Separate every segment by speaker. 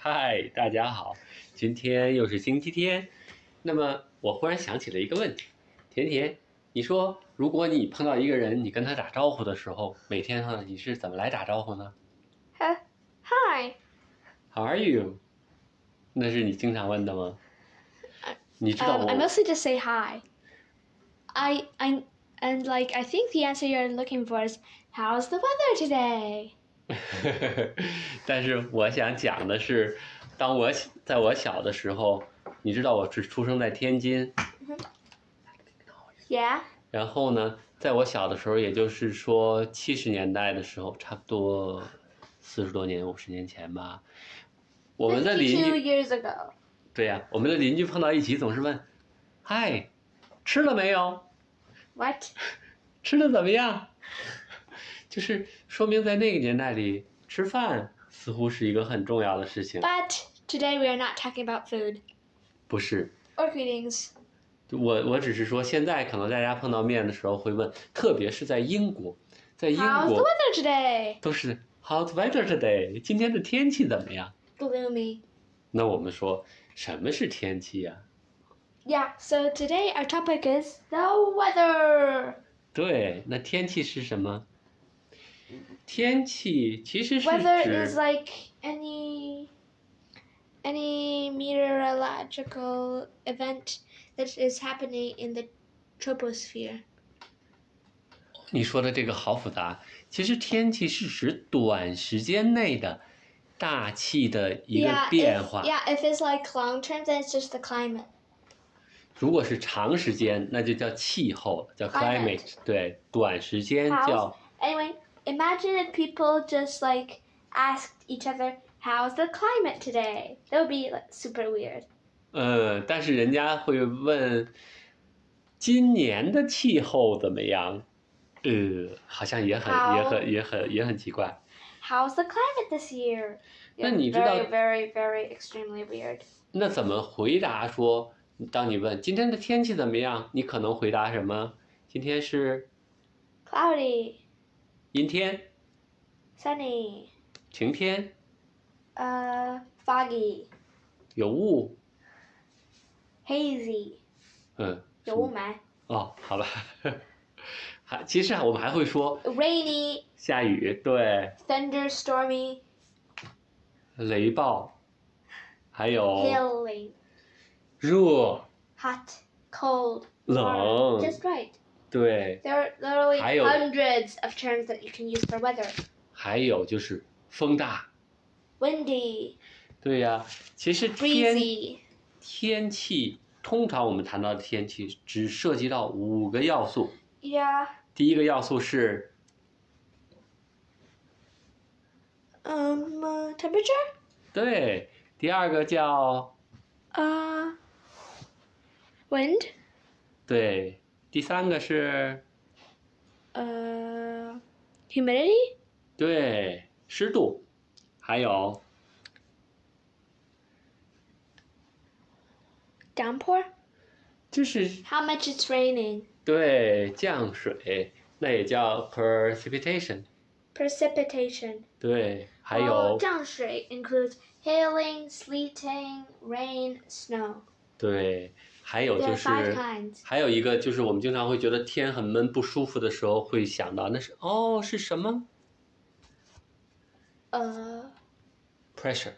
Speaker 1: 嗨，大家好，今天又是星期天。那么我忽然想起了一个问题，甜甜，你说如果你碰到一个人，你跟他打招呼的时候，每天哈、你是怎么来打招呼呢
Speaker 2: Huh? Hi. Um,
Speaker 1: ？How are you？那是你经常问的吗？你知道
Speaker 2: Um,
Speaker 1: 我
Speaker 2: I mostly just say hi. I I and like I think the answer you're looking for is how's the weather today?
Speaker 1: 但是我想讲的是，当我在我小的时候，你知道我是出生在天津，
Speaker 2: Yeah.
Speaker 1: 然后呢，在我小的时候，也就是说七十年代的时候，差不多四十多年、五十年前吧，我们的邻
Speaker 2: Two
Speaker 1: 居，
Speaker 2: years ago.
Speaker 1: 对呀、我们的邻居碰到一起总是问：“嗨，吃了没有？
Speaker 2: What?
Speaker 1: 吃的怎么样？” 就是说明在那个年代里，吃饭似乎是一个很重要的事情，
Speaker 2: But today we are not talking about food
Speaker 1: 不是？
Speaker 2: or greetings.
Speaker 1: 我我只是说，现在可能大家碰到面的时候会问，特别是在英国，在英
Speaker 2: How's the
Speaker 1: 国
Speaker 2: weather today?
Speaker 1: 都是 How's weather today？今天的天气怎么样？
Speaker 2: Gloomy.
Speaker 1: 那我们说什么是天气呀、
Speaker 2: Yeah. So today our topic is the weather.
Speaker 1: 对，那天气是什么？天气其实是
Speaker 2: Weather
Speaker 1: 指
Speaker 2: is like any any meteorological event that is happening in the troposphere.
Speaker 1: 你说的这个好复杂。其实天气是指短时间内的大气的一个
Speaker 2: Yeah,
Speaker 1: 变
Speaker 2: if,
Speaker 1: 化。
Speaker 2: yeah. If it's like long term, then it's just the climate.
Speaker 1: 如果是长时间，那就叫气候了，叫
Speaker 2: Climate
Speaker 1: climate。对，短时间
Speaker 2: How's-
Speaker 1: 叫
Speaker 2: Anyway, imagine if people just like asked each other, "How's the climate today?" That would be like, super weird.
Speaker 1: 呃，但是人家会问今年的气候怎么样？呃，好像也很也
Speaker 2: 好
Speaker 1: 很也很也很奇怪。
Speaker 2: How's the climate this year? Yeah,
Speaker 1: 那你知道-
Speaker 2: very, very, very extremely weird.
Speaker 1: 那怎么回答说？当你问今天的天气怎么样，你可能回答什么？今天是
Speaker 2: Cloudy,
Speaker 1: 阴天、
Speaker 2: sunny,
Speaker 1: 晴天、
Speaker 2: uh, foggy.
Speaker 1: 有雾。
Speaker 2: hazy
Speaker 1: 嗯，
Speaker 2: 有雾霾
Speaker 1: 哦，好吧。 还其实啊，我们还会说
Speaker 2: ，rainy
Speaker 1: 下雨，对，
Speaker 2: thunderstormy
Speaker 1: 雷暴，还有
Speaker 2: hailing
Speaker 1: 热、
Speaker 2: hot cold
Speaker 1: 冷，
Speaker 2: just right
Speaker 1: 对，
Speaker 2: there are literally
Speaker 1: 还有-
Speaker 2: hundreds of terms that you can use for weather
Speaker 1: 还有就是风大。
Speaker 2: windy
Speaker 1: 对呀、其实天
Speaker 2: breezy
Speaker 1: 天气，通常我们谈到的天气只涉及到五个要素。
Speaker 2: yeah
Speaker 1: 第一个要素是
Speaker 2: um uh, temperature
Speaker 1: 对，第二个叫
Speaker 2: uh wind
Speaker 1: 对，第三个是
Speaker 2: uh humidity
Speaker 1: 对湿度，还有
Speaker 2: downpour
Speaker 1: 就是
Speaker 2: how much it's raining
Speaker 1: 对降水，那也叫 precipitation，
Speaker 2: precipitation
Speaker 1: 对，还有、
Speaker 2: Oh, 降水 includes hailing, sleeting, rain, snow.
Speaker 1: 对，还有
Speaker 2: There
Speaker 1: 就
Speaker 2: are five
Speaker 1: 是。
Speaker 2: kinds.
Speaker 1: 还有一个就是我们经常会觉得天很闷不舒服的时候，会想到那是哦是什么
Speaker 2: Uh,
Speaker 1: pressure，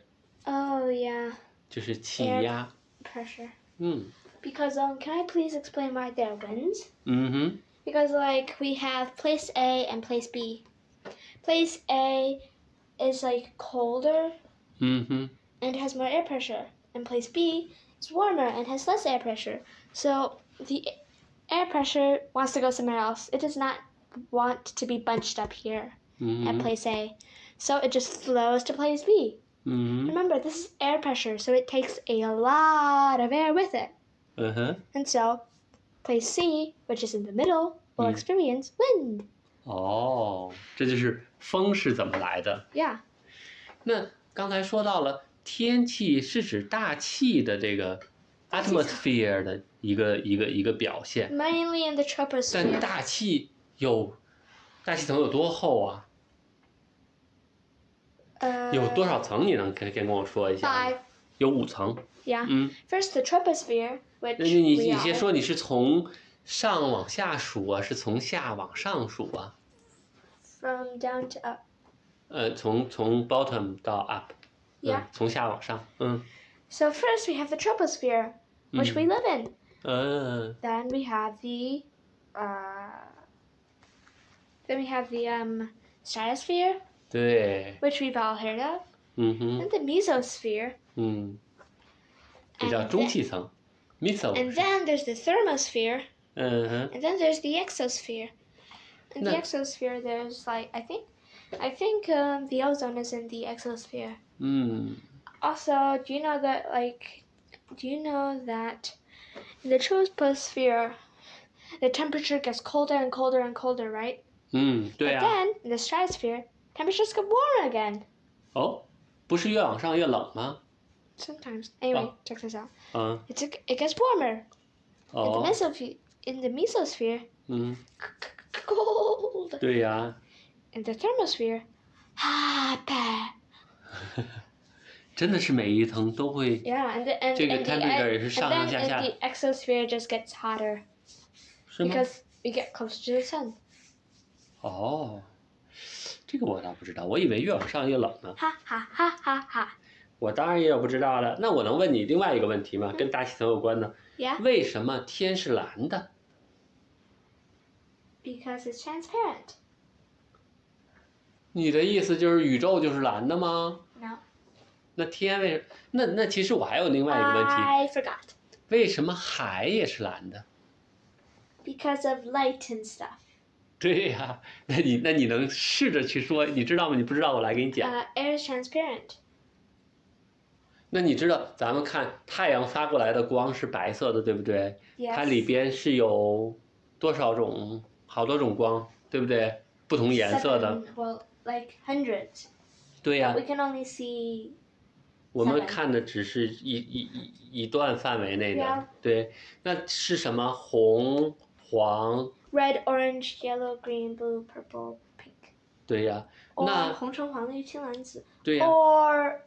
Speaker 2: oh yeah,
Speaker 1: 就是气
Speaker 2: Air-
Speaker 1: 压，
Speaker 2: pressure.
Speaker 1: 嗯
Speaker 2: Because um, can I please explain why there are winds?
Speaker 1: 嗯哼，
Speaker 2: Because like we have place A and place B. Place A is like colder
Speaker 1: 嗯哼，
Speaker 2: and has more air pressure, and place B is warmer and has less air pressure. So the air pressure wants to go somewhere else. It does not want to be bunched up here.
Speaker 1: 嗯
Speaker 2: at
Speaker 1: 哼，
Speaker 2: place A. So it just flows to place B.
Speaker 1: 嗯哼，
Speaker 2: Remember, this is air pressure, so it takes a lot of air with it.
Speaker 1: 嗯哼，
Speaker 2: And so, place C, which is in the middle, will
Speaker 1: Mm.
Speaker 2: experience wind.
Speaker 1: 哦，这就是风是怎么来的。
Speaker 2: Yeah.
Speaker 1: 那刚才说到了天气是指大气的这个 atmosphere 的一个一个一个表现，
Speaker 2: Mainly in the
Speaker 1: 但
Speaker 2: troposphere.
Speaker 1: 大气有大气层有多厚啊？
Speaker 2: Uh,
Speaker 1: 有多少层？你能跟跟跟我说一下吗？
Speaker 2: Five.
Speaker 1: 有五层。
Speaker 2: Yeah.
Speaker 1: 嗯，
Speaker 2: First, the troposphere, which
Speaker 1: 那就你
Speaker 2: we
Speaker 1: 你
Speaker 2: are.
Speaker 1: 先说，你是从上往下数啊，是从下往上数啊？
Speaker 2: from down to up.
Speaker 1: 呃，从从 bottom 到 up，嗯
Speaker 2: Yeah.，
Speaker 1: 从下往上，嗯
Speaker 2: So first we have the troposphere, which we live in.
Speaker 1: 嗯
Speaker 2: Then we have the, uh, then we have the um stratosphere,
Speaker 1: 对，
Speaker 2: which we've all heard of,
Speaker 1: 嗯哼，
Speaker 2: and the mesosphere,
Speaker 1: 嗯，这
Speaker 2: and,
Speaker 1: 叫
Speaker 2: the-
Speaker 1: 中气层 m e s o
Speaker 2: 哎 and then there's the thermosphere,
Speaker 1: 嗯哼，
Speaker 2: and then there's the exosphere. In the
Speaker 1: No.
Speaker 2: exosphere, there's like I think, I think um, the ozone is in the exosphere.
Speaker 1: 嗯，
Speaker 2: Also, do you know that like do you know that in the troposphere the temperature gets colder and colder and colder, right?
Speaker 1: 嗯，对
Speaker 2: But
Speaker 1: 啊，
Speaker 2: then in the stratosphere, temperatures get warmer again.
Speaker 1: 哦，不是越往上越冷吗？
Speaker 2: Sometimes. Anyway,
Speaker 1: Oh.
Speaker 2: check this out.
Speaker 1: 嗯，
Speaker 2: It's it gets warmer. In the
Speaker 1: 哦，
Speaker 2: mesosphere in the mesosphere,
Speaker 1: 嗯，
Speaker 2: cold.
Speaker 1: 对呀、
Speaker 2: In the thermosphere, hot.
Speaker 1: 真的是每一层都会，
Speaker 2: Yeah, and the and,
Speaker 1: 这个
Speaker 2: and, the, e,
Speaker 1: temperature
Speaker 2: and,
Speaker 1: 也是
Speaker 2: and
Speaker 1: 上上
Speaker 2: then
Speaker 1: 下
Speaker 2: in
Speaker 1: 下
Speaker 2: the exosphere just gets hotter
Speaker 1: 是吗？
Speaker 2: because we get closer to the sun.
Speaker 1: 哦，这个我倒不知道，我以为越往上越冷呢。
Speaker 2: Ha ha ha ha ha.
Speaker 1: 我当然也有不知道了。那我能问你另外一个问题吗？跟大气层有关的，
Speaker 2: Yeah,
Speaker 1: 为什么天是蓝的？
Speaker 2: because it's transparent.
Speaker 1: 你的意思就是宇宙就是蓝的吗？
Speaker 2: No.
Speaker 1: 那天为什那那其实我还有另外一个问题，
Speaker 2: I forgot.
Speaker 1: 为什么海也是蓝的？
Speaker 2: Because of light and stuff.
Speaker 1: 对呀、那你那你能试着去说，你知道吗？你不知道，我来给你讲。
Speaker 2: Uh, air is transparent.
Speaker 1: 那你知道咱们看太阳发过来的光是白色的，对不对？它里
Speaker 2: Yes.
Speaker 1: 边是有多少种，好多种光，对不对？不同颜色的，
Speaker 2: Seven- well, like hundreds.
Speaker 1: 对呀、
Speaker 2: We can only see.
Speaker 1: 我们
Speaker 2: 三百
Speaker 1: 看的只是一一一一段范围内
Speaker 2: 对
Speaker 1: 的
Speaker 2: 啊，
Speaker 1: 对。那是什么？红、黄，
Speaker 2: Red, orange, yellow, green, blue, purple, pink.
Speaker 1: 对呀、
Speaker 2: Or
Speaker 1: 那-
Speaker 2: 红橙黄绿青蓝紫.
Speaker 1: 对
Speaker 2: 哦
Speaker 1: 呀、
Speaker 2: Or,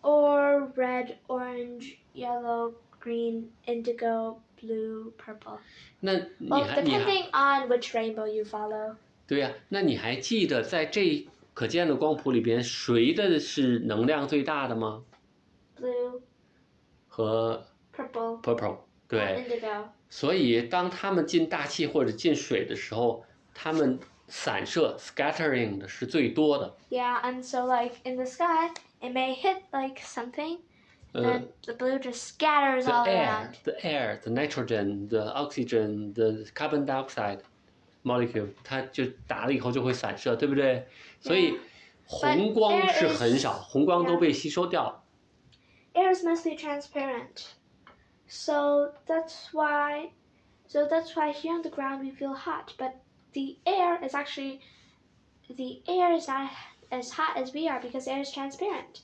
Speaker 2: or red, orange, yellow, green, indigo, blue, purple.
Speaker 1: 那你
Speaker 2: Well,
Speaker 1: 还你还
Speaker 2: depending on which rainbow you follow.
Speaker 1: 对呀、那你还记得在这可见的光谱里边，谁的是能量最大的吗？
Speaker 2: Blue,
Speaker 1: 和
Speaker 2: purple,
Speaker 1: purple，对。
Speaker 2: or indigo.
Speaker 1: 所以，当它们进大气或者进水的时候，它们散射 （scattering） 的是最多的。
Speaker 2: Yeah, and so like in the sky, it may hit like something, and
Speaker 1: 嗯
Speaker 2: the blue just scatters
Speaker 1: Uh, ，the
Speaker 2: all
Speaker 1: air,
Speaker 2: around.
Speaker 1: the air, the nitrogen, the oxygen, the carbon dioxide molecule，它就打了以后就会散射，对不对？所以
Speaker 2: Yeah.
Speaker 1: 红光
Speaker 2: there
Speaker 1: 是很
Speaker 2: is-
Speaker 1: 少，红光都
Speaker 2: Yeah.
Speaker 1: 被吸收掉了。
Speaker 2: Air is mostly transparent, so that's why, so that's why here on the ground we feel hot, but the air is actually, the air is not as hot as we are because air is transparent.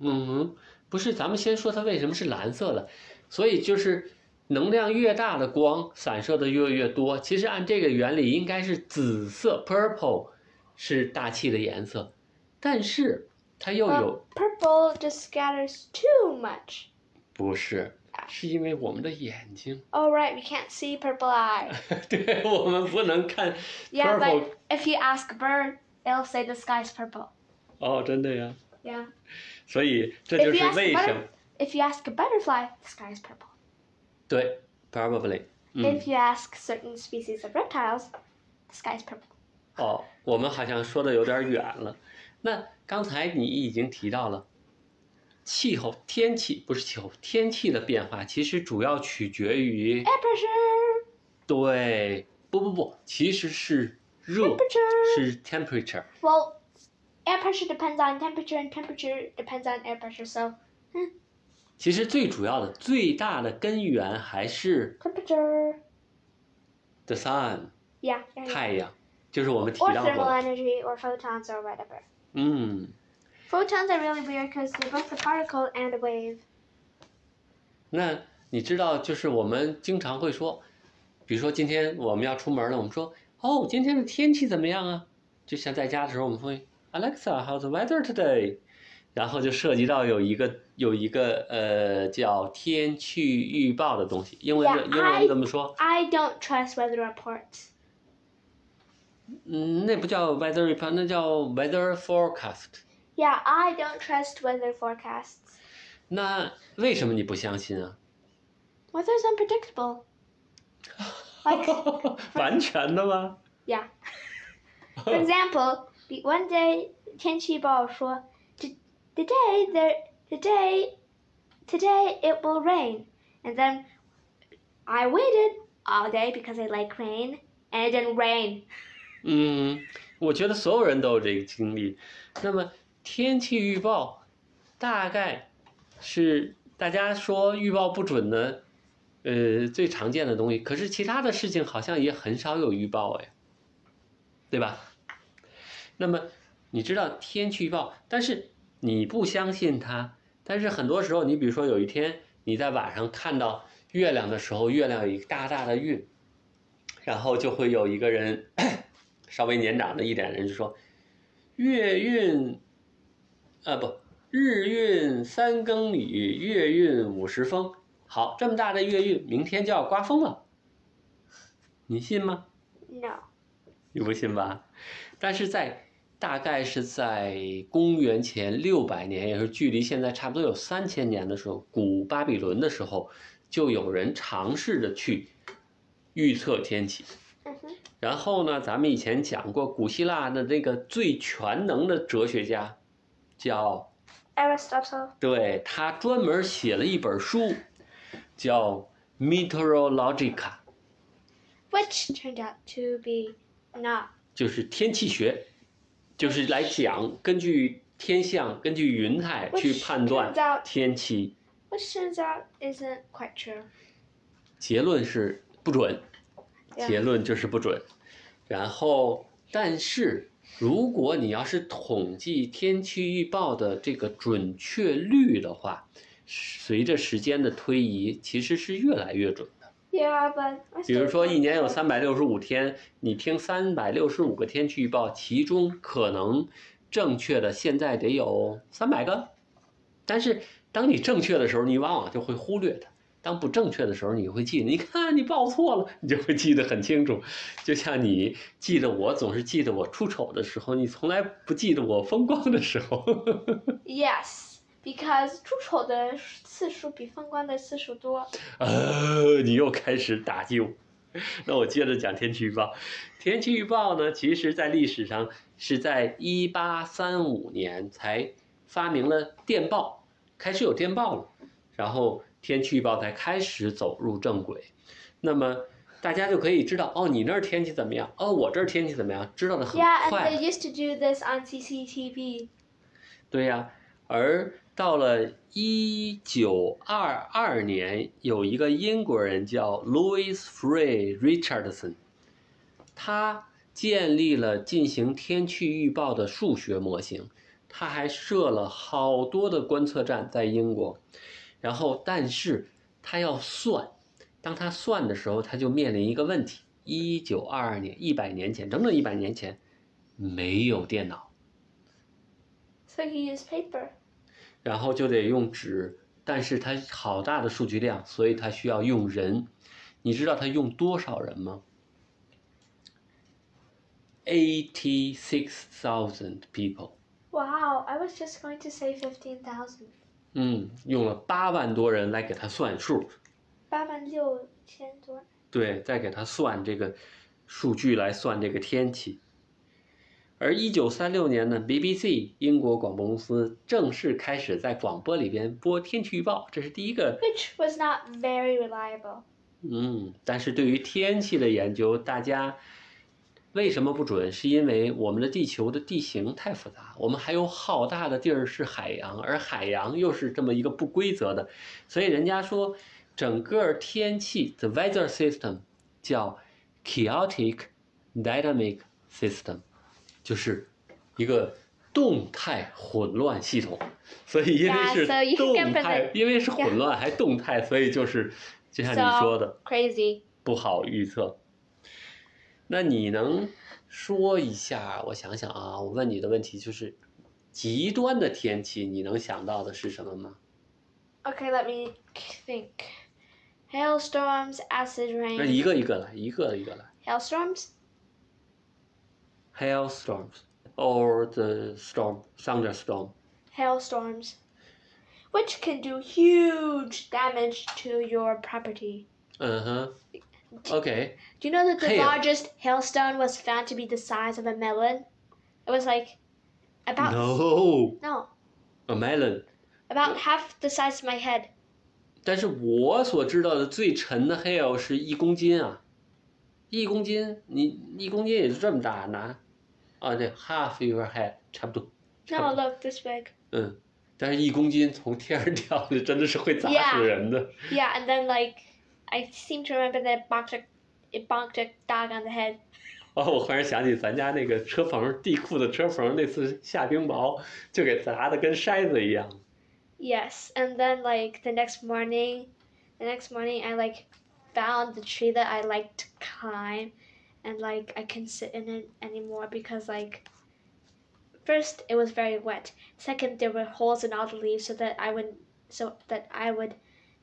Speaker 1: 嗯哼，不是，咱们先说它为什么是蓝色的，所以就是能量越大的光散射的越越多。其实按这个原理，应该是紫色 （purple） 是大气的颜色，但是它又
Speaker 2: But
Speaker 1: 有
Speaker 2: purple just scatters too much.
Speaker 1: 不是，是因为我们的眼睛，
Speaker 2: Oh right, we can't see purple eye.
Speaker 1: 对我们不能看
Speaker 2: Yeah,
Speaker 1: purple。
Speaker 2: but if you ask a bird, it'll say the sky's purple.
Speaker 1: 哦，真的呀，
Speaker 2: Yeah.
Speaker 1: 所以这
Speaker 2: If
Speaker 1: 就是
Speaker 2: you ask
Speaker 1: 为
Speaker 2: a
Speaker 1: 什
Speaker 2: butter-
Speaker 1: 么
Speaker 2: If you ask a butterfly, the sky is purple.
Speaker 1: 对，probably，嗯，
Speaker 2: If you ask certain species of reptiles, the sky is purple.
Speaker 1: 哦，我们好像说的有点远了。那刚才你已经提到了，气候、天气不是气候，天气的变化其实主要取决于
Speaker 2: Air pressure,
Speaker 1: 对，不不不，其实是热，
Speaker 2: temperature.
Speaker 1: 是 temperature。
Speaker 2: Well, air pressure depends on temperature, and temperature depends on air pressure. So
Speaker 1: 其实最主要的、最大的根源还是
Speaker 2: temperature,
Speaker 1: the sun，
Speaker 2: yeah, yeah, yeah.
Speaker 1: 太阳，就是我们提
Speaker 2: or
Speaker 1: 到
Speaker 2: thermal
Speaker 1: 过的，
Speaker 2: energy, or photons, or whatever.
Speaker 1: 嗯。
Speaker 2: Photons are really weird because they're both a particle and a wave.
Speaker 1: 那你知道，就是我们经常会说，比如说今天我们要出门了，我们说哦，今天的天气怎么样啊？就像在家的时候，我们会 Alexa, how's the weather today？然后就涉及到有一个有一个呃叫天气预报的东西，英文
Speaker 2: Yeah,
Speaker 1: 的英
Speaker 2: I-
Speaker 1: 文怎么说？
Speaker 2: I don't trust weather reports.
Speaker 1: 嗯，那不叫 weather report，那叫 weather forecast。
Speaker 2: Yeah, I don't trust weather forecasts.
Speaker 1: 那为什么你不相信啊？
Speaker 2: Weather's unpredictable. Like,
Speaker 1: 完全的吗？
Speaker 2: yeah. For example, the- one day, Tianqi Bao说, "T- today, there, today, today it will rain. And then I waited all day because I like rain, and it didn't rain.
Speaker 1: 嗯，我觉得所有人都有这个经历。那么天气预报大概是大家说预报不准的，呃，最常见的东西。可是其他的事情好像也很少有预报哎，对吧？那么你知道天气预报，但是你不相信它。但是很多时候，你比如说有一天你在晚上看到月亮的时候，月亮有一个大大的晕，然后就会有一个人稍微年长的一点人就说：“月运，啊不，日运三更里，月运五十风。好，这么大的月运，明天就要刮风了，你信吗？
Speaker 2: No.
Speaker 1: 你不信吧？但是在大概是在公元前六百年，也是距离现在差不多有三千年的时候，古巴比伦的时候，就有人尝试着去预测天气。
Speaker 2: Mhm.
Speaker 1: 然后呢，咱们以前讲过，古希腊的那个最全能的哲学家，叫
Speaker 2: Aristotle.
Speaker 1: 对他专门写了一本书，叫《Meteorologica》，
Speaker 2: Which turned out to be not.
Speaker 1: 就是天气学，就是来讲根据天象、根据云彩去
Speaker 2: Which
Speaker 1: 判
Speaker 2: turns
Speaker 1: 断
Speaker 2: out
Speaker 1: 天气。
Speaker 2: which turns out isn't quite true.
Speaker 1: 结论是不准，
Speaker 2: Yeah.
Speaker 1: 结论就是不准。然后，但是如果你要是统计天气预报的这个准确率的话，随着时间的推移，其实是越来越准的。
Speaker 2: Yeah, but I
Speaker 1: 比
Speaker 2: still
Speaker 1: 如说，一
Speaker 2: think
Speaker 1: 年有
Speaker 2: so.
Speaker 1: 三百六十五天，你听三百六十五个天气预报，其中可能正确的现在得有三百个，但是当你正确的时候，你往往就会忽略它；当不正确的时候，你会记。你看你报错了，你就会记得很清楚。就像你记得我总是记得我出丑的时候，你从来不记得我风光的时候。
Speaker 2: Yes, because 出丑的次数比封关的次数多。
Speaker 1: 呃，你又开始打击我。 那我接着讲天气预报。天气预报呢，其实在历史上是在一八三五年才发明了电报，开始有电报了，然后天气预报才开始走入正轨。那么大家就可以知道，哦，你那儿天气怎么样？哦，我这儿天气怎么样？知道的很
Speaker 2: Yeah,
Speaker 1: 快。
Speaker 2: and they used to do this on CCTV.
Speaker 1: 对呀、而到了一九二二年，有一个英国人叫 Louis Frey Richardson，他建立了进行天气预报的数学模型，他还设了好多的观测站在英国，然后但是他要算，当他算的时候，他就面临一个问题：一九二二年，一百年前，整整一百年前，没有电脑。
Speaker 2: So he used paper.
Speaker 1: 然后就得用纸，但是它好大的数据量，所以它需要用人。你知道它用多少人吗？Eighty six thousand people，
Speaker 2: Wow, I was just going to say 15,000.
Speaker 1: 嗯，用了八万多人来给它算数，
Speaker 2: 八万六千多。
Speaker 1: 对，再给它算这个数据来算这个天气。而一九三六年呢，BBC 英国广播公司正式开始在广播里边播天气预报，这是第一个
Speaker 2: Which was not very reliable.
Speaker 1: 嗯，但是对于天气的研究，大家为什么不准？是因为我们的地球的地形太复杂，我们还有好大的地儿是海洋，而海洋又是这么一个不规则的，所以人家说整个天气 the weather system 叫 chaotic dynamic system，就是一个动态混乱系统。所以因为
Speaker 2: Yeah,
Speaker 1: 是
Speaker 2: so you
Speaker 1: 动
Speaker 2: can
Speaker 1: 态
Speaker 2: put，
Speaker 1: 因为是混乱还动态，所以就是就像你
Speaker 2: So-
Speaker 1: 说的。
Speaker 2: Crazy.
Speaker 1: 不好预测。那你能说一下，我想想啊，我问你的问题就是，极端的天气你能想到的是什么吗？
Speaker 2: Okay, let me think. Hailstorms, acid
Speaker 1: 那一
Speaker 2: rain,
Speaker 1: 个一个来，一个一个来。
Speaker 2: hailstorms,
Speaker 1: Hailstorms or the storm thunderstorm.
Speaker 2: hailstorms, which can do huge damage to your property.
Speaker 1: Uh huh. Okay.
Speaker 2: Do you know that the
Speaker 1: Hail.
Speaker 2: largest hailstone was found to be the size of a melon? It was like about
Speaker 1: No,
Speaker 2: no,
Speaker 1: a melon.
Speaker 2: about half the size of my head.
Speaker 1: 但是我所知道的最沉的 hail 是一公斤啊，一公斤，你一公斤也就这么大拿，啊对，half your head 差不多，差
Speaker 2: No,
Speaker 1: 不多，
Speaker 2: look this big.
Speaker 1: 嗯，但是一公斤从天上掉下来真的是会砸死
Speaker 2: Yeah.
Speaker 1: 人的。
Speaker 2: Yeah, and then like I seem to remember that it bonked a, it bonked a dog on the head.
Speaker 1: 哦，我忽然想起咱家那个车棚，地库的车棚，那次下冰雹就给砸的跟筛子一样。
Speaker 2: Yes, and then like the next morning, the next morning I like found the tree that I like to climb, and like I couldn't sit in it anymore because like first it was very wet. Second, there were holes in all the leaves so that I would so that I would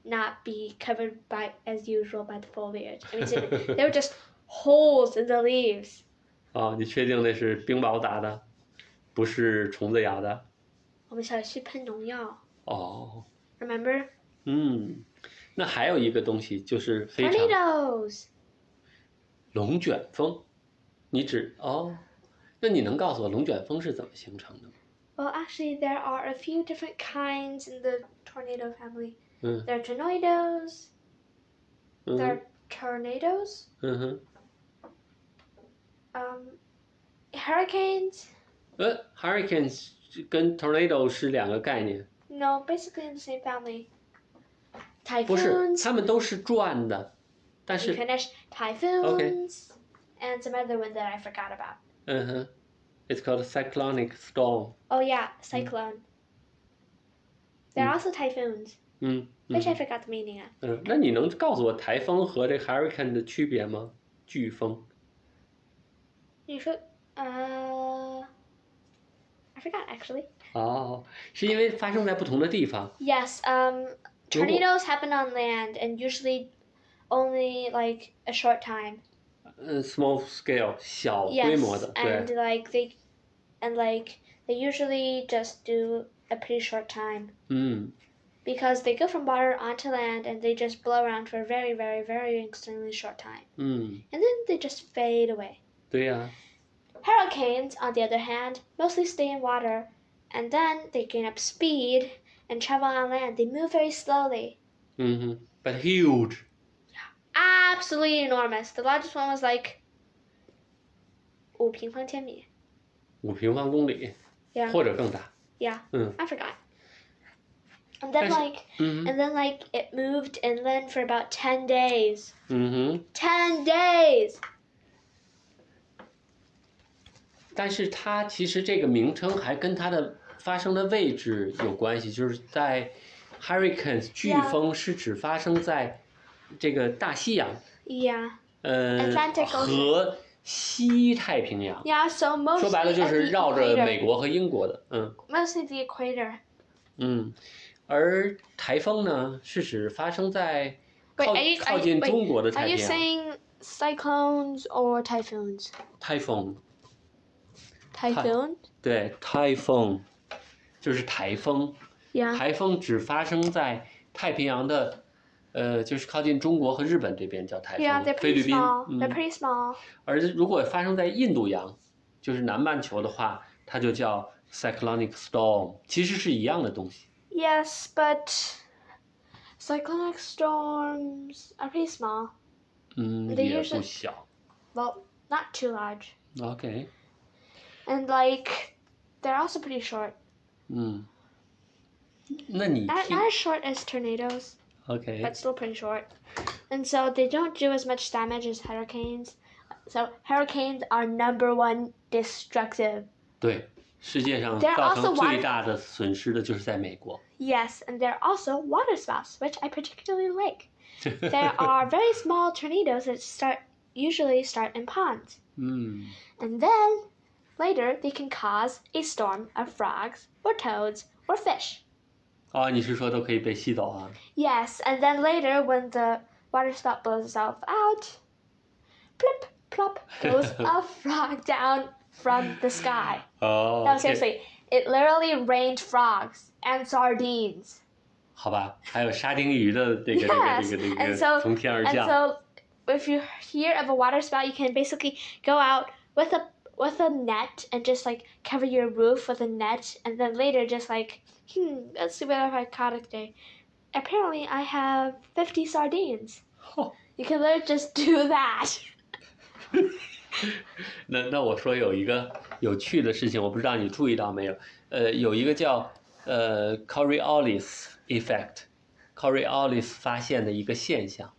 Speaker 2: not be covered by as usual by the foliage. I mean, so there were just holes in the leaves.
Speaker 1: 哦，你确定那是冰雹砸的，不是虫子咬的？
Speaker 2: Oh 我们小区喷农药
Speaker 1: 哦，
Speaker 2: ，remember
Speaker 1: 嗯，那还有一个东西就是非常
Speaker 2: tornadoes?
Speaker 1: 龙卷风，你指哦，那你能告诉我龙卷风是怎么形成的吗？
Speaker 2: Well, actually, there are a few different kinds in the tornado family.
Speaker 1: 嗯
Speaker 2: There are tornadoes. There
Speaker 1: 嗯哼
Speaker 2: are tornadoes.
Speaker 1: 嗯哼，
Speaker 2: Um, hurricanes.
Speaker 1: 呃，hurricanes 跟 tornado 是两个概念，
Speaker 2: No, basically in the same family.
Speaker 1: 不是，
Speaker 2: Typhoons.
Speaker 1: 它们都是转的，但
Speaker 2: You
Speaker 1: 是
Speaker 2: finish typhoons. And some other one that I forgot about.
Speaker 1: 嗯哼，it's called cyclonic storm，
Speaker 2: Oh yeah, cyclone. There are
Speaker 1: Mm.
Speaker 2: also typhoons,
Speaker 1: 嗯
Speaker 2: which I
Speaker 1: 嗯
Speaker 2: forgot the meaning of.
Speaker 1: 嗯，那你能告诉我台风和这 hurricane 的区别吗？飓风。
Speaker 2: You should. Uh, I forgot actually.
Speaker 1: 哦，是因为发生在不同的地方。
Speaker 2: Yes, um,
Speaker 1: 如果
Speaker 2: tornadoes happen on land and usually only like a short time.
Speaker 1: 嗯，small scale 小规
Speaker 2: Yes,
Speaker 1: 模的，
Speaker 2: and
Speaker 1: 对，
Speaker 2: like they, and like they usually just do a pretty short time
Speaker 1: 嗯
Speaker 2: because they go from water onto land and they just blow around for a very, very, very extremely short time,
Speaker 1: 嗯，
Speaker 2: and then they just fade away.
Speaker 1: 对呀、
Speaker 2: Hurricanes, on the other hand, mostly stay in water, and then they gain up speed and travel on land. They move very slowly.
Speaker 1: 嗯哼，but huge，
Speaker 2: absolutely enormous. The largest one was like oh, 五平方千米.
Speaker 1: 五平方公里
Speaker 2: Yeah.
Speaker 1: 或者更大。
Speaker 2: Yeah.
Speaker 1: Mm.
Speaker 2: I forgot. And then
Speaker 1: That's-
Speaker 2: like
Speaker 1: 嗯哼
Speaker 2: and then like it moved inland for about 10 days.
Speaker 1: 嗯哼，
Speaker 2: 10 days.
Speaker 1: 但是它其实这个名称还跟它的发生的位置有关系，就是在 hurricanes 飓
Speaker 2: Yeah
Speaker 1: 风是指发生在这个大西洋，
Speaker 2: Yeah.
Speaker 1: 呃
Speaker 2: Atlantic，Ocean
Speaker 1: 和西太平洋。
Speaker 2: Yeah, so mostly
Speaker 1: 说白了就
Speaker 2: at
Speaker 1: 是
Speaker 2: the
Speaker 1: 绕着
Speaker 2: equator.
Speaker 1: 美国和英国的，
Speaker 2: Oh,
Speaker 1: 嗯
Speaker 2: Mostly the equator.
Speaker 1: 嗯，而台风呢是指发生在
Speaker 2: Wait,
Speaker 1: 靠
Speaker 2: are you,
Speaker 1: 靠
Speaker 2: are you,
Speaker 1: 近
Speaker 2: wait,
Speaker 1: 中国的
Speaker 2: are
Speaker 1: 太
Speaker 2: you
Speaker 1: 平洋
Speaker 2: saying cyclones or typhoons?
Speaker 1: 台风，
Speaker 2: Typhoon?
Speaker 1: 对，台风就是台风，
Speaker 2: Yeah.
Speaker 1: 台风只发生在太平洋的，呃，就是靠近中国和日本这边叫台
Speaker 2: Yeah, they're
Speaker 1: 风，菲
Speaker 2: pretty
Speaker 1: 律宾，
Speaker 2: small. They're
Speaker 1: 嗯，
Speaker 2: pretty small.
Speaker 1: 而如果发生在印度洋，就是南半球的话，它就叫 cyclonic storm，其实是一样的东西，
Speaker 2: Yes, but cyclonic storms are pretty small.
Speaker 1: 嗯，
Speaker 2: They
Speaker 1: 也
Speaker 2: usually-
Speaker 1: 不小
Speaker 2: Well, not too large.
Speaker 1: ，OK。
Speaker 2: And like, they're also pretty short.
Speaker 1: 嗯，那你
Speaker 2: Not,
Speaker 1: 听
Speaker 2: not as short as tornadoes,
Speaker 1: OK，
Speaker 2: but still pretty short. And so they don't do as much damage as hurricanes. So hurricanes are number one destructive.
Speaker 1: 对，世界上
Speaker 2: There are
Speaker 1: 造成
Speaker 2: also one-
Speaker 1: 最大的损失的就是在美国。
Speaker 2: Yes, and they're also water spouts, which I particularly like. There are very small tornadoes that start usually start in ponds.
Speaker 1: 嗯
Speaker 2: And then later they can cause a storm of frogs or toads or fish.
Speaker 1: 啊，你是说都可以被吸走啊？
Speaker 2: Yes, and then later when the water spout blows itself out, plop, plop goes a frog down from the sky.
Speaker 1: 哦，
Speaker 2: No,
Speaker 1: 这
Speaker 2: seriously, it literally rained frogs and sardines.
Speaker 1: 好吧，还有沙丁鱼的这个这个
Speaker 2: Yes,
Speaker 1: 这个
Speaker 2: and
Speaker 1: 这
Speaker 2: so
Speaker 1: 个从天而
Speaker 2: and
Speaker 1: 降，
Speaker 2: so if you hear of a water spout, you can basically go out with a with a net and just like cover your roof with a net, and then later just like hmm, let's see what I caught today. Apparently, I have fifty sardines.
Speaker 1: Oh.
Speaker 2: You can literally just do that.
Speaker 1: 那那我说有一个有趣的事情，我不知道你注意到没有？呃，有一个叫呃 Coriolis effect，Coriolis 发现的一个现象，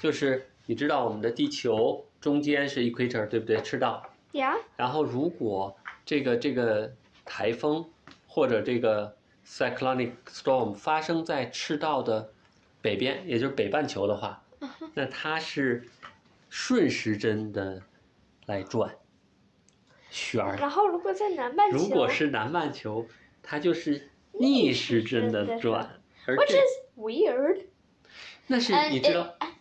Speaker 1: 就是你知道我们的地球中间是 equator，对不对？赤道。
Speaker 2: Yeah.
Speaker 1: 然后如果这个这个台风或者这个 cyclonic storm 发生在赤道的北边，也就是北半球的话，那它是顺时针的来转旋儿。
Speaker 2: 然后如果在南半球，
Speaker 1: 如果是南半球，它就是逆时针的转，呃而
Speaker 2: which
Speaker 1: 这
Speaker 2: is weird.
Speaker 1: 那是
Speaker 2: And
Speaker 1: 你知道
Speaker 2: it-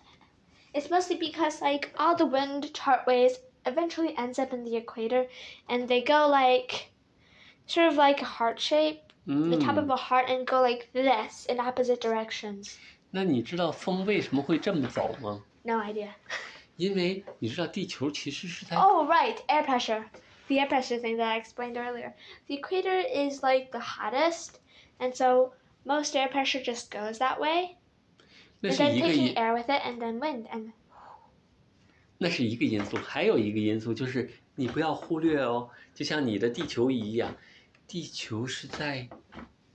Speaker 2: it's mostly because like all the wind chart waves eventually ends up in the equator, and they go like, sort of like a heart shape,
Speaker 1: 嗯
Speaker 2: the top
Speaker 1: Hmm.
Speaker 2: of a heart, and go like this in opposite directions.
Speaker 1: 那你知道风为什么会这么走吗？
Speaker 2: No idea.
Speaker 1: 因为你知道地球其实是在
Speaker 2: Oh right, air pressure. The air pressure thing that I explained earlier. The equator is like the hottest, and so most air pressure just goes that way,
Speaker 1: 那
Speaker 2: and
Speaker 1: 是
Speaker 2: then
Speaker 1: 一个
Speaker 2: taking
Speaker 1: 因
Speaker 2: air with it, and then wind, and
Speaker 1: 那是一个因素，还有一个因素就是你不要忽略哦，就像你的地球仪一样，地球是在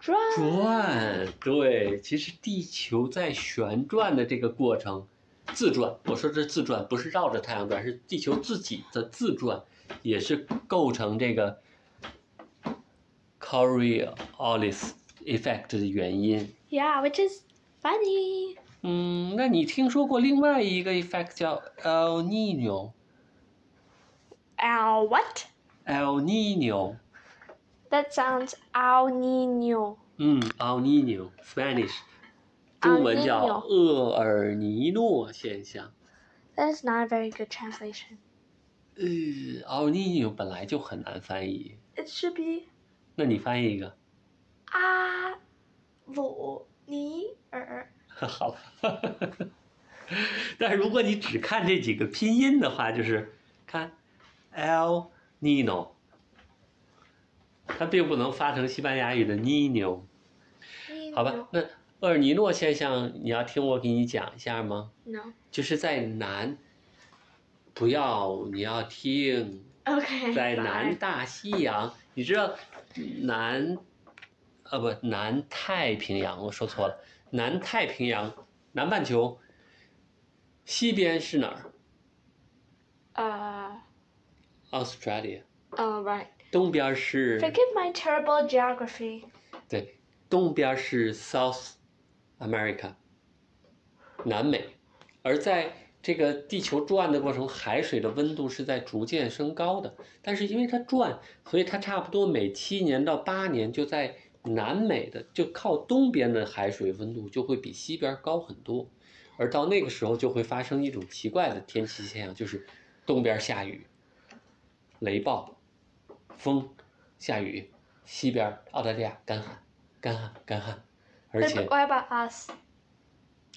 Speaker 2: drive.
Speaker 1: 转，对，其实地球在旋转的这个过程，自转，我说这自转不是绕着太阳转，是地球自己的自转，也是构成这个 Coriolis effect 的原因。
Speaker 2: Yeah, which is funny.
Speaker 1: 嗯，那你听说过另外一个 effect 叫 El Nino？El
Speaker 2: Ow, what?
Speaker 1: Nino，
Speaker 2: That sounds al niño.
Speaker 1: 嗯，El Nino，Spanish，中文
Speaker 2: El
Speaker 1: 叫
Speaker 2: Niño
Speaker 1: 厄尔尼诺现象。
Speaker 2: That is not a very good translation.
Speaker 1: 呃，El Niño 本来就很难翻译，
Speaker 2: It should be
Speaker 1: 那你翻译一个，
Speaker 2: a lo ni er.
Speaker 1: 好吧？ 但是如果你只看这几个拼音的话，就是看 El Nino，它并不能发成西班牙语的 Nino，好吧？那厄尔尼诺现象，你要听我给你讲一下吗？
Speaker 2: No.
Speaker 1: 就是在南，不要，你要听。
Speaker 2: Okay.
Speaker 1: 在
Speaker 2: fine.
Speaker 1: 南大西洋，你知道南，啊不，南太平洋，我说错了，南太平洋，南半球，西边是哪儿
Speaker 2: Uh.
Speaker 1: ？Australia，
Speaker 2: All right.
Speaker 1: 东边是，
Speaker 2: Forgive my terrible geography.
Speaker 1: 对，东边是 South America，南美，而在这个地球转的过程，海水的温度是在逐渐升高的，但是因为它转，所以它差不多每七年到八年就在南美的就靠东边的海水温度就会比西边高很多，而到那个时候就会发生一种奇怪的天气现象，就是东边下雨、雷暴、风、下雨，西边澳大利亚干旱、干旱、干旱，而
Speaker 2: But
Speaker 1: 且
Speaker 2: what about us?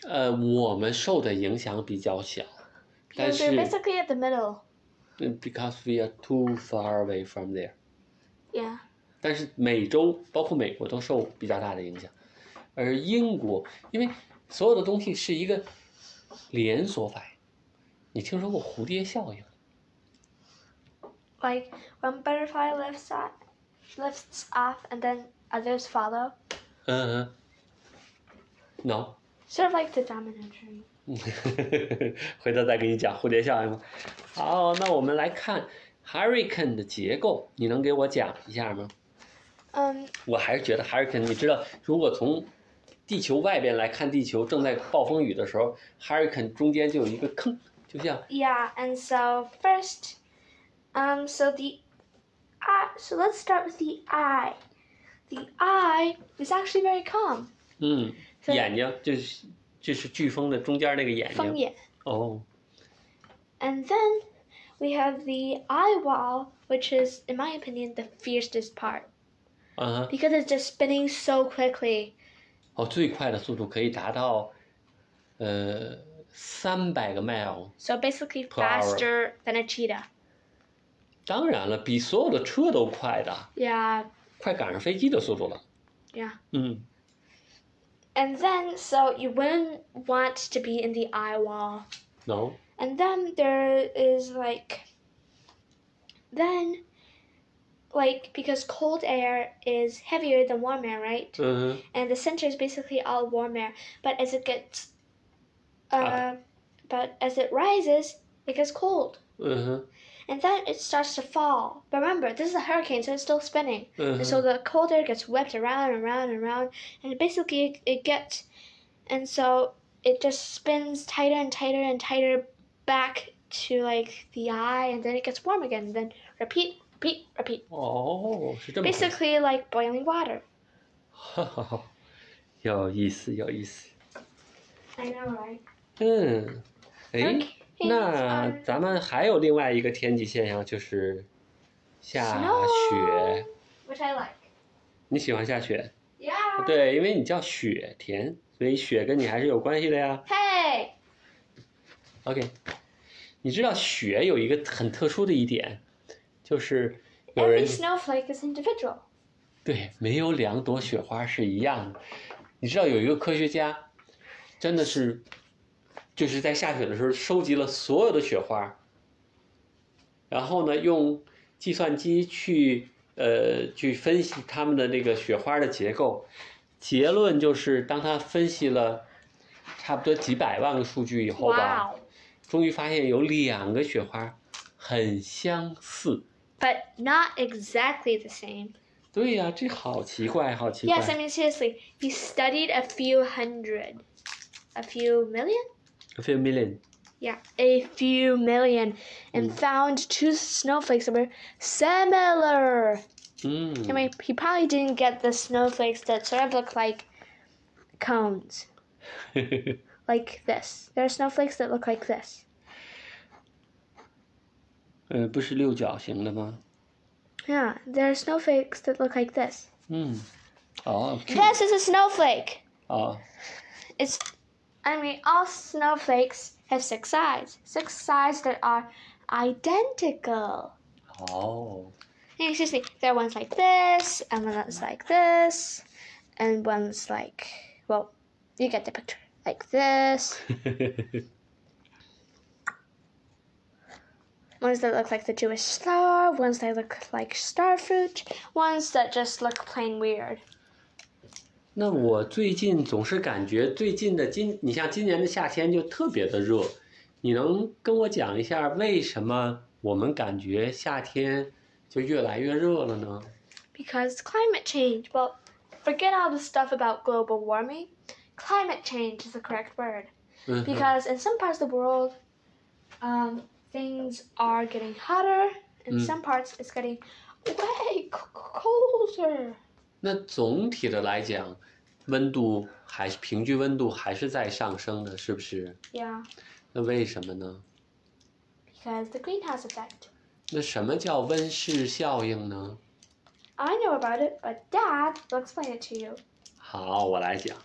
Speaker 1: 呃，我们受的影响比较小，但
Speaker 2: Because
Speaker 1: 是
Speaker 2: we're basically at the middle.
Speaker 1: 嗯 because we are too far away from there，
Speaker 2: Yeah.
Speaker 1: 但是美洲包括美国都受比较大的影响，而英国因为所有的东西是一个连锁反应，你听说过蝴蝶效应？
Speaker 2: Like one butterfly lifts off, lifts off, and then others follow.
Speaker 1: 嗯嗯，no，
Speaker 2: Sort of like the domino tree.
Speaker 1: 回头再给你讲蝴蝶效应吧。好，那我们来看 hurricane 的结构，你能给我讲一下吗？
Speaker 2: Um,
Speaker 1: 我还是觉得 hurricane，你知道，如果从地球外边来看地球正在暴风雨的时候，hurricane 中间就有一个坑，就像
Speaker 2: yeah, and so first, Um, so the I, so let's start with the eye. The eye is actually very calm.
Speaker 1: 嗯，
Speaker 2: So
Speaker 1: 眼睛就是就是飓风的中间那个眼睛。
Speaker 2: Fengye.
Speaker 1: 哦，
Speaker 2: And then we have the eye wall, which is, in my opinion, the fiercest part
Speaker 1: 啊，
Speaker 2: because it's just spinning so quickly.
Speaker 1: 哦，最快的速度可以达到，呃，三百个哦 mile。
Speaker 2: So basically,
Speaker 1: Per hour.
Speaker 2: faster than a cheetah.
Speaker 1: 当然了，比所有的车都快的，
Speaker 2: Yeah,
Speaker 1: 快赶上飞机的速度了。
Speaker 2: yeah.
Speaker 1: 嗯，
Speaker 2: And then, so you wouldn't want to be in the eye wall.
Speaker 1: no，
Speaker 2: And then there is like, then, like, because cold air is heavier than warm air, right?
Speaker 1: 嗯哼，
Speaker 2: And the center is basically all warm air. But as it gets, uh,
Speaker 1: Ah.
Speaker 2: but as it rises, it gets cold.
Speaker 1: 嗯哼，
Speaker 2: And then it starts to fall. But remember, this is a hurricane, so it's still spinning.
Speaker 1: 嗯
Speaker 2: And so
Speaker 1: 哼，
Speaker 2: the cold air gets whipped around and around and around, and basically it, it gets, and so it just spins tighter and tighter and tighter back to like the eye, and then it gets warm again, and then repeat, repeat, repeat.
Speaker 1: 哦，是这么回事。
Speaker 2: Basically, like boiling water.
Speaker 1: 哈哈哈， 有意思，有意思。
Speaker 2: I know, right?
Speaker 1: 嗯，哎，
Speaker 2: Hurricanes
Speaker 1: 那
Speaker 2: are-
Speaker 1: 咱们还有另外一个天气现象就是下
Speaker 2: Snow
Speaker 1: 雪。
Speaker 2: which I like.
Speaker 1: 你喜欢下雪？
Speaker 2: Yeah.
Speaker 1: 对，因为你叫雪田，所以雪跟你还是有关系的呀。
Speaker 2: Hey,
Speaker 1: OK，你知道雪有一个很特殊的一点，就是有
Speaker 2: every
Speaker 1: 人
Speaker 2: snowflake is individual.
Speaker 1: 对没有两朵雪花是一样的。你知道有一个科学家，真的是就是在下雪的时候收集了所有的雪花，然后呢用计算机去呃去分析它们的那个雪花的结构，结论就是当他分析了差不多几百万个数据以后吧。
Speaker 2: Wow.
Speaker 1: 终于发现有两个雪花很相似。
Speaker 2: But not exactly the same.
Speaker 1: 对呀、这好奇怪，好奇怪。
Speaker 2: Yes, I mean seriously, he studied a few hundred, a few million.
Speaker 1: A few million。
Speaker 2: Yeah, a few million, and found two snowflakes that were similar.
Speaker 1: 嗯
Speaker 2: I mean, he probably didn't get the snowflakes that sort of look like cones, like this. There are snowflakes that look like this.
Speaker 1: 呃，不是六角形的吗？
Speaker 2: Yeah, there are snowflakes that look like this.
Speaker 1: 嗯，哦，这
Speaker 2: This is a snowflake.
Speaker 1: 哦，
Speaker 2: It's, I mean, all snowflakes have six sides. Six sides that are identical.
Speaker 1: 哦，
Speaker 2: Yeah, Excuse me. There are ones like this, and one that's like this, and one's like well, you get the picture. Like this, ones that look like the Jewish star, ones that look like star fruit, ones that just look plain weird.
Speaker 1: 那我最近总是感觉最近的今，你像今年的夏天就特别的热，你能跟我讲一下为什么我们感觉夏天就越来越热了呢？
Speaker 2: Because climate change. Well, forget all the stuff about global warming. Climate change is the correct word
Speaker 1: 嗯哼
Speaker 2: because in some parts of the world, um, things are getting hotter. In
Speaker 1: Mm.
Speaker 2: some parts, it's getting way c- colder.
Speaker 1: 那总体的来讲，温度还是平均温度还是在上升的，是不是？
Speaker 2: Yeah.
Speaker 1: 那为什么呢？
Speaker 2: Because the greenhouse effect.
Speaker 1: 那什么叫温室效应呢？
Speaker 2: I know about it, but Dad will explain it to you.
Speaker 1: 好，我来讲，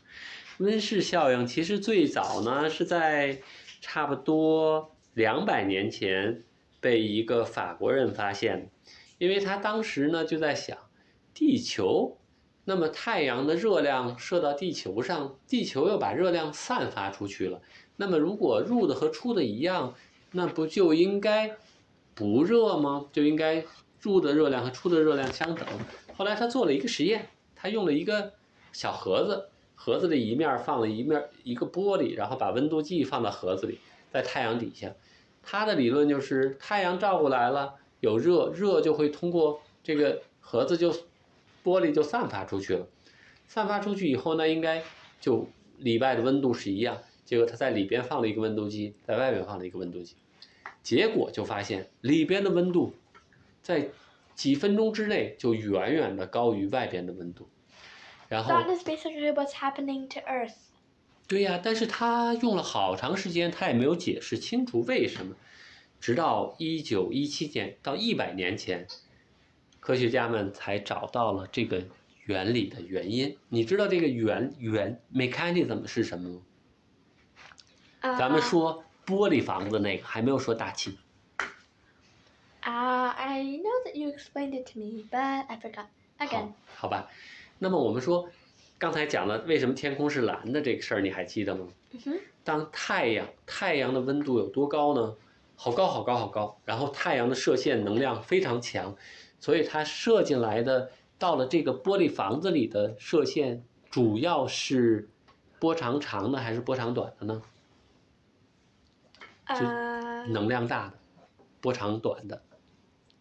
Speaker 1: 温室效应其实最早呢是在差不多两百年前被一个法国人发现，因为他当时呢就在想，地球，那么太阳的热量射到地球上，地球又把热量散发出去了，那么如果入的和出的一样，那不就应该不热吗？就应该入的热量和出的热量相等。后来他做了一个实验，他用了一个小盒子，盒子的一面放了一面一个玻璃，然后把温度计放到盒子里，在太阳底下。他的理论就是太阳照过来了，有热，热就会通过这个盒子就玻璃就散发出去了。散发出去以后呢，应该就里外的温度是一样。结果他在里边放了一个温度计，在外边放了一个温度计，结果就发现里边的温度在几分钟之内就远远的高于外边的温度。然后，
Speaker 2: That is basically what's happening to Earth.
Speaker 1: 对呀、但是他用了好长时间，他也没有解释清楚为什么。直到一九一七年到一百年前，科学家们才找到了这个原理的原因。你知道这个原原 mechanism 是什么吗？咱们
Speaker 2: Uh,
Speaker 1: 说玻璃房子那个，还没有说大气。
Speaker 2: Ah, I know that you explained it to me, but I forgot.
Speaker 1: 好
Speaker 2: Again.，
Speaker 1: 好吧。那么我们说，刚才讲了为什么天空是蓝的这个事儿，你还记得吗？
Speaker 2: 哼
Speaker 1: 当太阳太阳的温度有多高呢？好高，好高，好高。然后太阳的射线能量非常强，所以它射进来的到了这个玻璃房子里的射线，主要是波长长的还是波长短的呢？
Speaker 2: Uh,
Speaker 1: 能量大的，波长短的，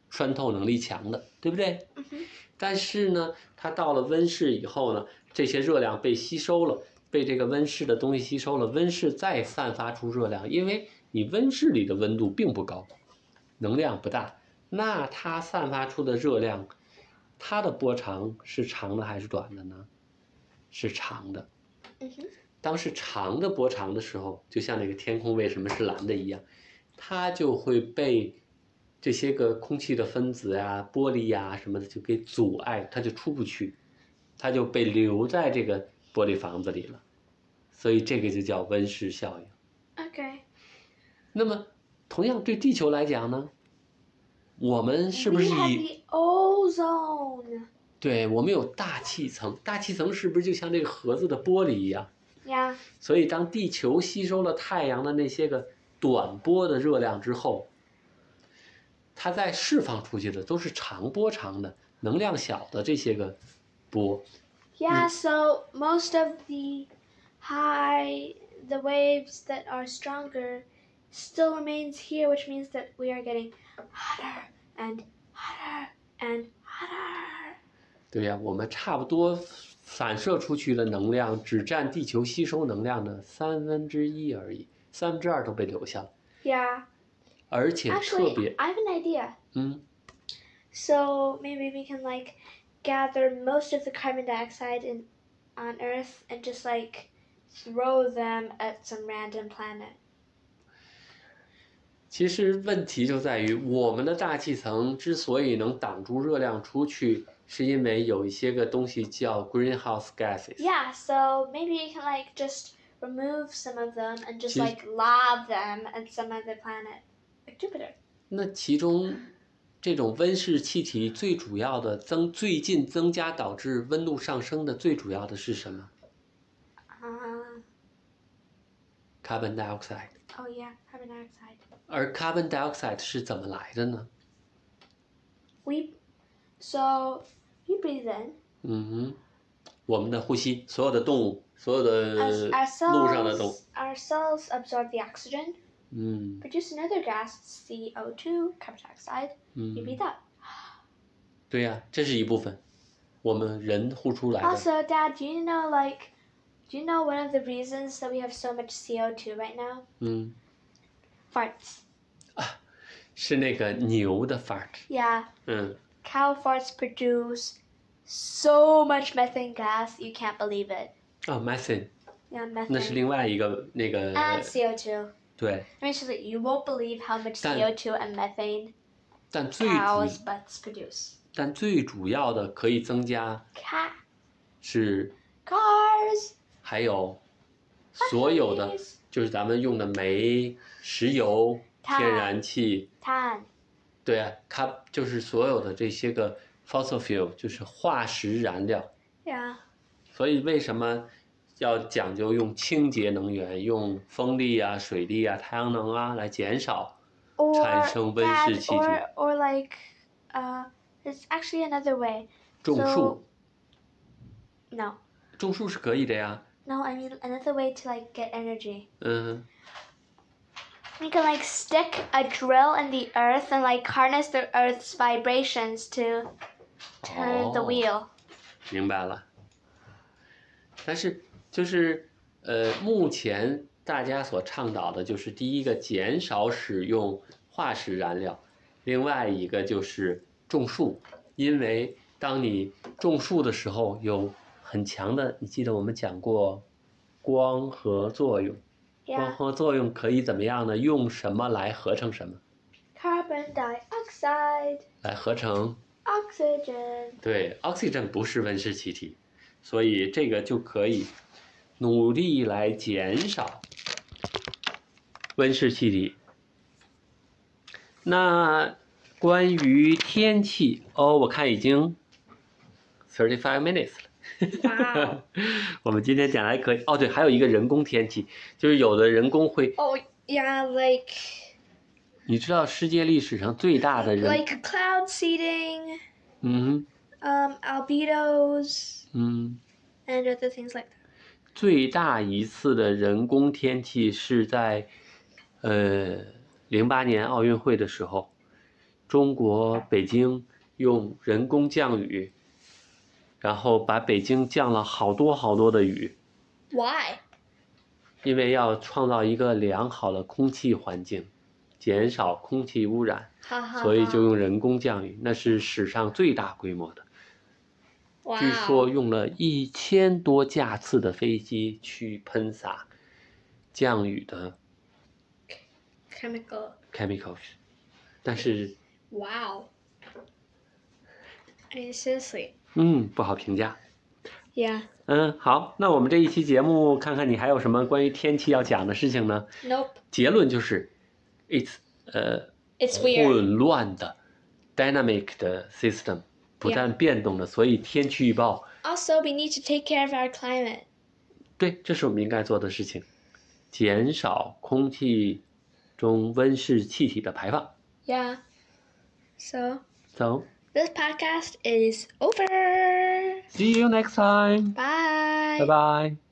Speaker 1: 穿透能力强的，对不对？
Speaker 2: 嗯哼
Speaker 1: 但是呢，它到了温室以后呢，这些热量被吸收了，被这个温室的东西吸收了，温室再散发出热量，因为你温室里的温度并不高，能量不大，那它散发出的热量，它的波长是长的还是短的呢？是长的。
Speaker 2: mhm.
Speaker 1: 当是长的波长的时候，就像那个天空为什么是蓝的一样，它就会被这些个空气的分子呀、玻璃呀什么的就给阻碍，它就出不去，它就被留在这个玻璃房子里了。所以这个就叫温室效应。
Speaker 2: Okay.
Speaker 1: 那么，同样对地球来讲呢，我们是不
Speaker 2: we
Speaker 1: 是
Speaker 2: have
Speaker 1: 以
Speaker 2: the ozone.
Speaker 1: 对我们有大气层？大气层是不是就像这个盒子的玻璃一样？
Speaker 2: Yeah.
Speaker 1: 所以，当地球吸收了太阳的那些个短波的热量之后，它再释放出去的都是长波长的、能量小的这些个波。
Speaker 2: Yeah, so most of the high, the waves that are stronger still remains here, which means that we are getting hotter and hotter and hotter.
Speaker 1: 对呀、我们差不多反射出去的能量只占地球吸收能量的三分之一而已，三分之二都被留下了，
Speaker 2: Yeah.
Speaker 1: 而且
Speaker 2: 啊
Speaker 1: 特
Speaker 2: Actually,
Speaker 1: 别
Speaker 2: I have an idea.
Speaker 1: 嗯，
Speaker 2: So maybe we can like gather most of the carbon dioxide in on Earth and just like throw them at some random planet.
Speaker 1: 其实问题就在于我们的大气层之所以能挡住热量出去，是因为有一些个东西叫 greenhouse gases。
Speaker 2: Yeah, so maybe you can like just remove some of them and just
Speaker 1: She's-
Speaker 2: like lob them at some other planet, like Jupiter.
Speaker 1: 那其中，这种温室气体最主要的增最近增加导致温度上升的最主要的是什么
Speaker 2: Uh,
Speaker 1: ？carbon dioxide。
Speaker 2: oh yeah, carbon dioxide.
Speaker 1: 而 carbon dioxide 是怎么来的呢？
Speaker 2: We, so we breathe in
Speaker 1: 嗯哼，我们的呼吸，所有的动物，所有的
Speaker 2: Our-
Speaker 1: 路上的动物
Speaker 2: ourselves. Our cells absorb the oxygen,
Speaker 1: 嗯
Speaker 2: produce another gas, CO two, carbon dioxide. You
Speaker 1: 嗯，
Speaker 2: breathe out.
Speaker 1: 对呀、这是一部分，我们人呼出来的。
Speaker 2: Also, Dad, do you know like, do you know one of the reasons that we have so much CO two right now?
Speaker 1: 嗯，
Speaker 2: Farts.
Speaker 1: 是那个牛的 fart。
Speaker 2: Yeah.
Speaker 1: 嗯，
Speaker 2: cow farts produce so much methane gas, you can't believe it.
Speaker 1: 啊、m e t h a n e
Speaker 2: Yeah,
Speaker 1: 那是
Speaker 2: methane.
Speaker 1: 另外一个那个
Speaker 2: And CO2.
Speaker 1: 对，
Speaker 2: I mean, seriously, you won't believe how much
Speaker 1: Done.
Speaker 2: CO2 and methane
Speaker 1: 但最主
Speaker 2: cows' butts produce.
Speaker 1: 但最主要的可以增加
Speaker 2: Cat,
Speaker 1: 是
Speaker 2: cars,
Speaker 1: 还有所有的
Speaker 2: puppies,
Speaker 1: 就是咱们用的煤、石油、
Speaker 2: 碳
Speaker 1: 天然气，
Speaker 2: tan.
Speaker 1: 对啊，它就是所有的这些个 fossil fuel，就是化石燃料。
Speaker 2: Yeah.
Speaker 1: 所以为什么要讲究用清洁能源，用风力啊、水力啊、太阳能啊来减少？
Speaker 2: Or,
Speaker 1: 产生温室
Speaker 2: Dad,
Speaker 1: 气体。
Speaker 2: or, or like, uh, there's actually another way.
Speaker 1: 种
Speaker 2: So-
Speaker 1: 树，
Speaker 2: No.
Speaker 1: 种树是可以的呀。
Speaker 2: No, I mean another way to like get energy.
Speaker 1: 嗯，
Speaker 2: We can like stick a drill in the earth and like harness the earth's vibrations to turn the
Speaker 1: 哦
Speaker 2: wheel.
Speaker 1: 明白了。但是就是呃，目前大家所倡导的就是第一个减少使用化石燃料，另外一个就是种树，因为当你种树的时候，有很强的，你记得我们讲过光合作用，光
Speaker 2: Yeah.
Speaker 1: 合作用可以怎么样呢？用什么来合成什么？
Speaker 2: Carbon dioxide,
Speaker 1: 来合成
Speaker 2: oxygen.
Speaker 1: 对，oxygen 不是温室气体，所以这个就可以努力来减少温室气体。那关于天气哦，我看已经 thirty five minutes 了。
Speaker 2: Wow.
Speaker 1: 我们今天讲得还可以哦，对，还有一个人工天气，就是有的人工会，
Speaker 2: oh yeah, like
Speaker 1: 你知道世界历史上最大的人，
Speaker 2: like cloud seeding,
Speaker 1: 嗯
Speaker 2: um, albedos,
Speaker 1: 嗯，
Speaker 2: and other things like that.
Speaker 1: 最大一次的人工天气是在，呃，零八年奥运会的时候，中国北京用人工降雨，然后把北京降了好多好多的雨，
Speaker 2: Why?
Speaker 1: 因为要创造一个良好的空气环境，减少空气污染，所以就用人工降雨，那是史上最大规模的。据说用了一千多架次的飞机去喷洒降雨的
Speaker 2: chemical.
Speaker 1: chemicals，但是
Speaker 2: Wow. I mean, seriously.
Speaker 1: 嗯不好评价。
Speaker 2: Yeah.
Speaker 1: 嗯，好，那我们这一期节目看看你还有什么关于天气要讲的事情呢？
Speaker 2: Nope.
Speaker 1: 结论就是，it's 呃
Speaker 2: It's weird.
Speaker 1: 混乱的 dynamic 的 system 不
Speaker 2: Yeah
Speaker 1: 断变动的，所以天气预报
Speaker 2: Also, we need to take care of our climate.
Speaker 1: 对，这是我们应该做的事情，减少空气中温室气体的排放。
Speaker 2: Yeah. So,
Speaker 1: 走、
Speaker 2: this podcast is over.
Speaker 1: See you next time.
Speaker 2: Bye.
Speaker 1: Bye bye.